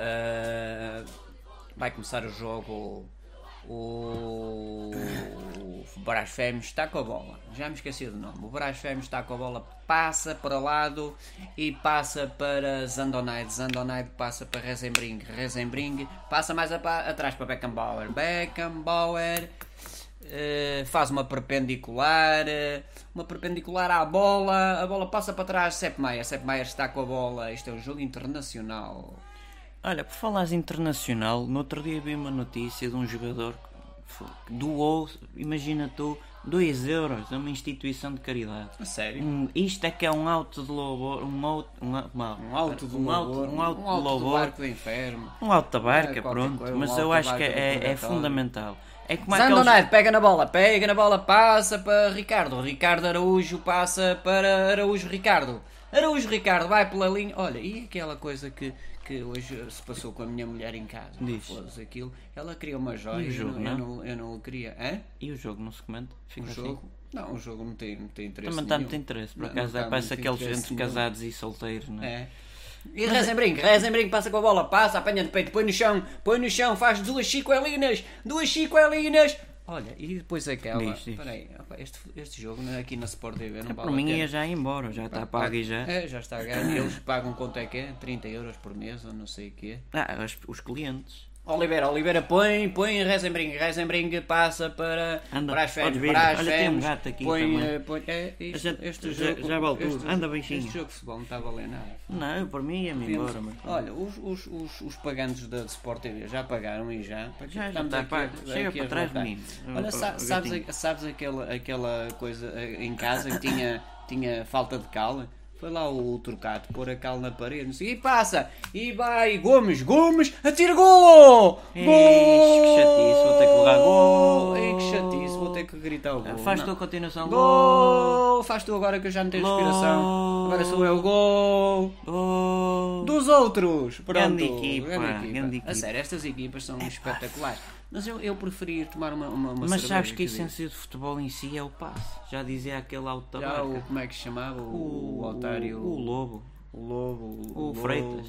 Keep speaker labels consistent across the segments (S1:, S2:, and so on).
S1: eh, vai começar o jogo. O, o Brás Fêmeos está com a bola, já me esqueci do nome. O Brás Fêmeos está com a bola, passa para lado e passa para Zandonaide. Zandonaide passa para Rezembring, Rezembring passa mais a pa- atrás para Beckenbauer. Beckenbauer eh, faz uma perpendicular, eh, uma perpendicular à bola. A bola passa para trás. Sepp Maier, Sepp Maier está com a bola. Isto é um jogo internacional.
S2: Olha, por falares internacional, no outro dia vi uma notícia de um jogador que fo- que doou, imagina tu, 2 euros a uma instituição de caridade.
S1: A sério?
S2: Hum, isto é que é um auto de louvor, um auto, um, au- uma-
S1: Um alto do
S2: um auto,
S1: louvor,
S2: um auto de
S1: do
S2: louvor,
S1: barco do inferno.
S2: um auto da
S1: É,
S2: barca,
S1: qualquer
S2: pronto,
S1: coisa, um
S2: mas
S1: auto
S2: eu
S1: da
S2: acho que
S1: barca do
S2: é, é
S1: purgatório.
S2: fundamental. É como
S1: Zando
S2: aqueles...
S1: Knight pega na bola, pega na bola, passa para Ricardo. Ricardo Araújo passa para Araújo Ricardo. Araújo Ricardo vai pela linha. Olha, e aquela coisa que, que hoje se passou com a minha mulher em casa?
S2: Diz.
S1: Foda-se aquilo. Ela queria uma joia.
S2: E o jogo,
S1: eu, não, eu,
S2: não?
S1: não, eu não queria. Hã?
S2: E o jogo não se comenta? Fica
S1: O
S2: assim.
S1: jogo? Não, o jogo não tem, não tem interesse.
S2: Também está
S1: nenhum.
S2: muito interesse, por
S1: Não-
S2: acaso
S1: não
S2: é
S1: tá
S2: parece
S1: muito
S2: aqueles
S1: interesse
S2: entre
S1: nenhum.
S2: casados e solteiros, não é?
S1: É. E Rezembrinho, Rezembrinho passa com a bola, passa, apanha de peito, põe no chão, põe no chão, faz duas chicoelinas, duas chicoelinas. Olha, e depois aquela.
S2: Diz, diz.
S1: Peraí, opa, este, este jogo não é aqui na Sport TV não vale
S2: Por
S1: a
S2: mim
S1: pena.
S2: ia já embora, já está pago e já.
S1: É, já está a ganhar. Eles pagam quanto é que é? 30 euros por mês ou não sei o quê.
S2: Ah, os, os clientes.
S1: Oliveira, Oliveira põe, põe Rezembrinho, Rezembrinho passa para.
S2: Anda,
S1: para as
S2: podes
S1: fêmeas,
S2: vir.
S1: para as
S2: Olha, tem um
S1: fêmeas,
S2: gato aqui
S1: põe,
S2: também.
S1: eh, põe- é, isto-
S2: gente-
S1: este
S2: já-
S1: jogo.
S2: já vale tudo.
S1: este-
S2: Anda, beijinho.
S1: Este jogo de futebol não está a valer nada.
S2: Não, por mim ia-me embora, mas.
S1: Olha, os, os, os, os pagantes da Sport TV já pagaram e já. Para que
S2: Já, já
S1: estamos
S2: está
S1: aqui
S2: pago.
S1: a-
S2: Chega
S1: aqui
S2: para
S1: a
S2: trás de
S1: relatar?
S2: mim.
S1: Olha,
S2: O-
S1: sa-
S2: o
S1: sabes,
S2: gatinho.
S1: a- sabes aquela, aquela coisa eh, em casa que tinha, tinha falta de cal? Foi lá o, trocado pôr a cal na parede não sei, e passa. E vai Gomes, Gomes, atira golo! Gol!
S2: Ixi, que chatice, vou ter que levar gol. Ah,
S1: Ei, que chatice, vou ter que gritar o gol.
S2: Faz
S1: Não.
S2: tu a continuação. Gol!
S1: Gol! Faz tu agora que eu já não tenho respiração.
S2: Gol!
S1: Agora sou eu, gol!
S2: Gol!
S1: dos outros. Pronto.
S2: Grande equipa, grande equipa.
S1: A sério, estas equipas são espetaculares. Mas eu, eu preferi ir tomar uma, uma, uma
S2: Mas
S1: cerveja,
S2: sabes que a
S1: quer dizer.
S2: essência do futebol em si é o passe. Já dizia aquele alto da
S1: Já o,
S2: barca.
S1: como é que se chamava? O, o otário.
S2: O Lobo.
S1: o Lobo.
S2: o Freitas.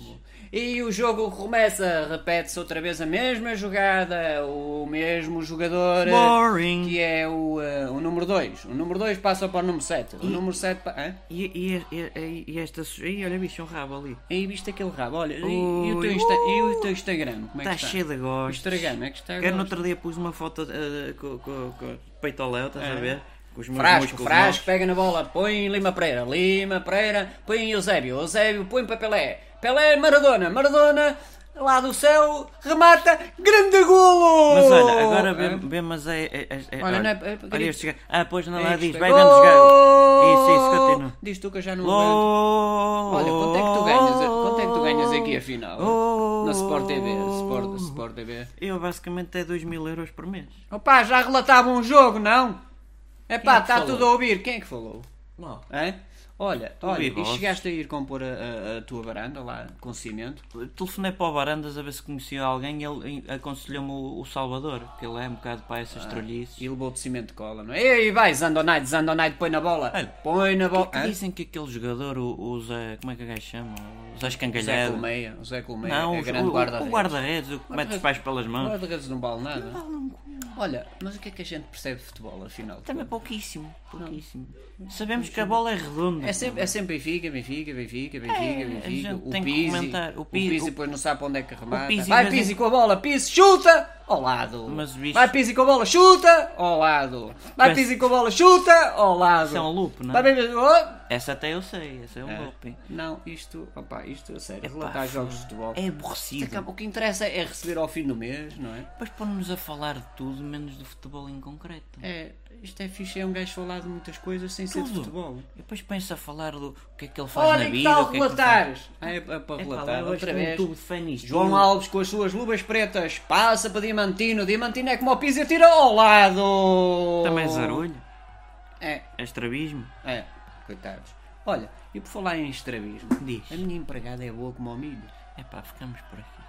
S1: E o jogo começa, repete-se outra vez a mesma jogada, o mesmo jogador. eh,
S2: Boring.
S1: Que é o, eh, o número 2. O número 2 passa para o número 7. O número 7. Pa... Hã?
S2: E, e, e, e esta. su- Ih, olha, bicho, um rabo ali.
S1: E viste aquele rabo? Olha, e- e, o
S2: Ui,
S1: teu Insta- e o teu Instagram? Como é que
S2: Está
S1: está?
S2: Tá cheio de gostos.
S1: Instagram, é que está
S2: Que no
S1: gosto.
S2: outro dia pus uma foto eh, com, com, com peito ao léu, estás a ver? Com os meus
S1: É. Frasco,
S2: músculos
S1: frasco, pega na bola, põe em Lima Pereira, Lima Pereira, põe em Eusébio, Eusébio, põe para Pelé, Pelé, Maradona, Maradona, lá do céu, remata, grande golo!
S2: Mas olha, agora
S1: É.
S2: vê, vê mas é. é, é- é-
S1: Olha,
S2: olha,
S1: não é- é-
S2: olha este gajo. Ah, pois não, lá
S1: É que
S2: diz,
S1: se
S2: vai,
S1: pega.
S2: vamos jogar. Isso, isso,
S1: Gol!
S2: continua.
S1: Diz tu que eu já não aguento.
S2: Gol!
S1: Olha, quanto é que tu ganhas, quanto é que tu ganhas aqui afinal? Na Sport TV, Sport, Sport TV.
S2: Oh! Eu basicamente é 2 mil euros por mês.
S1: Opa, já relatava um jogo, não? Epá,
S2: Quem é que
S1: está
S2: falou?
S1: tudo a ouvir, quem é que falou?
S2: Não.
S1: Hã? Olha, olha,
S2: ouvi
S1: e
S2: vozes.
S1: chegaste a ir compor a, a- a tua varanda lá com cimento?
S2: Telefonei para o Barandas a ver se conhecia alguém e ele aconselhou-me o, o Salvador, que ele é um bocado para
S1: Ah.
S2: essas trolhices.
S1: E levou de cimento de cola, não é? Ei, vai, Zandonite, Zandonite, põe na bola,
S2: Olha,
S1: põe na bola.
S2: Que
S1: Hã?
S2: dizem que aquele jogador, o, o Zé. Como é que o gajo chama? O Zé
S1: Zé
S2: Escangalhado.
S1: Colmeia, o Zé Colmeia,
S2: Não,
S1: é
S2: o-
S1: grande
S2: o
S1: guarda-redes.
S2: o guarda-redes, o que mete os pais pelas
S1: O
S2: mãos.
S1: guarda-redes não vale nada. Olha, mas o que é que a gente percebe de futebol, afinal? de
S2: Também é
S1: contas?
S2: pouquíssimo, pouquíssimo. Sabemos que a bola é redonda.
S1: É sempre, é sempre Benfica, Benfica, Benfica, Benfica,
S2: É, a
S1: Benfica.
S2: gente
S1: O
S2: tem que
S1: Pizzi,
S2: comentar. O
S1: o
S2: Pizzi-
S1: Pizzi depois não sabe para onde é que remata.
S2: Pizzi,
S1: Vai
S2: mas
S1: Pizzi
S2: é-
S1: com a bola, Pizzi chuta, ao lado.
S2: Mas o bicho-
S1: Vai Pizzi com a bola, chuta, ao lado. Vai
S2: Mas-
S1: Pizzi com a bola, chuta, ao lado.
S2: Isso é um loop, não é?
S1: Vai Pizzi- oh!
S2: Essa até eu sei, essa é um looping.
S1: Não, isto, opá, isto é sério,
S2: Epá,
S1: relatar jogos de futebol.
S2: É aborrecido.
S1: O que interessa é receber ao fim do mês, não é?
S2: Depois pôr-nos a falar de tudo, menos do futebol em concreto.
S1: É, isto é fixe, é um gajo falar de muitas coisas sem ser de
S2: Tudo.
S1: futebol.
S2: E depois pensa a falar do o que é que ele faz
S1: Olha
S2: na
S1: que
S2: vida.
S1: tal
S2: o que é que ele
S1: relatar! Ah, é, é para
S2: faz- Epá,
S1: relatar
S2: lá
S1: outra
S2: vais com um
S1: vez.
S2: tubo de fã nisto.
S1: João Alves com as suas luvas pretas passa para Diamantino. Diamantino é como o Pizzi tira ao lado.
S2: Também é zarulho,
S1: É,
S2: é estrabismo.
S1: é. Coitados. Olha, e por falar em estrabismo,
S2: Diz.
S1: a minha empregada é boa como o milho.
S2: Epá, ficamos por aqui.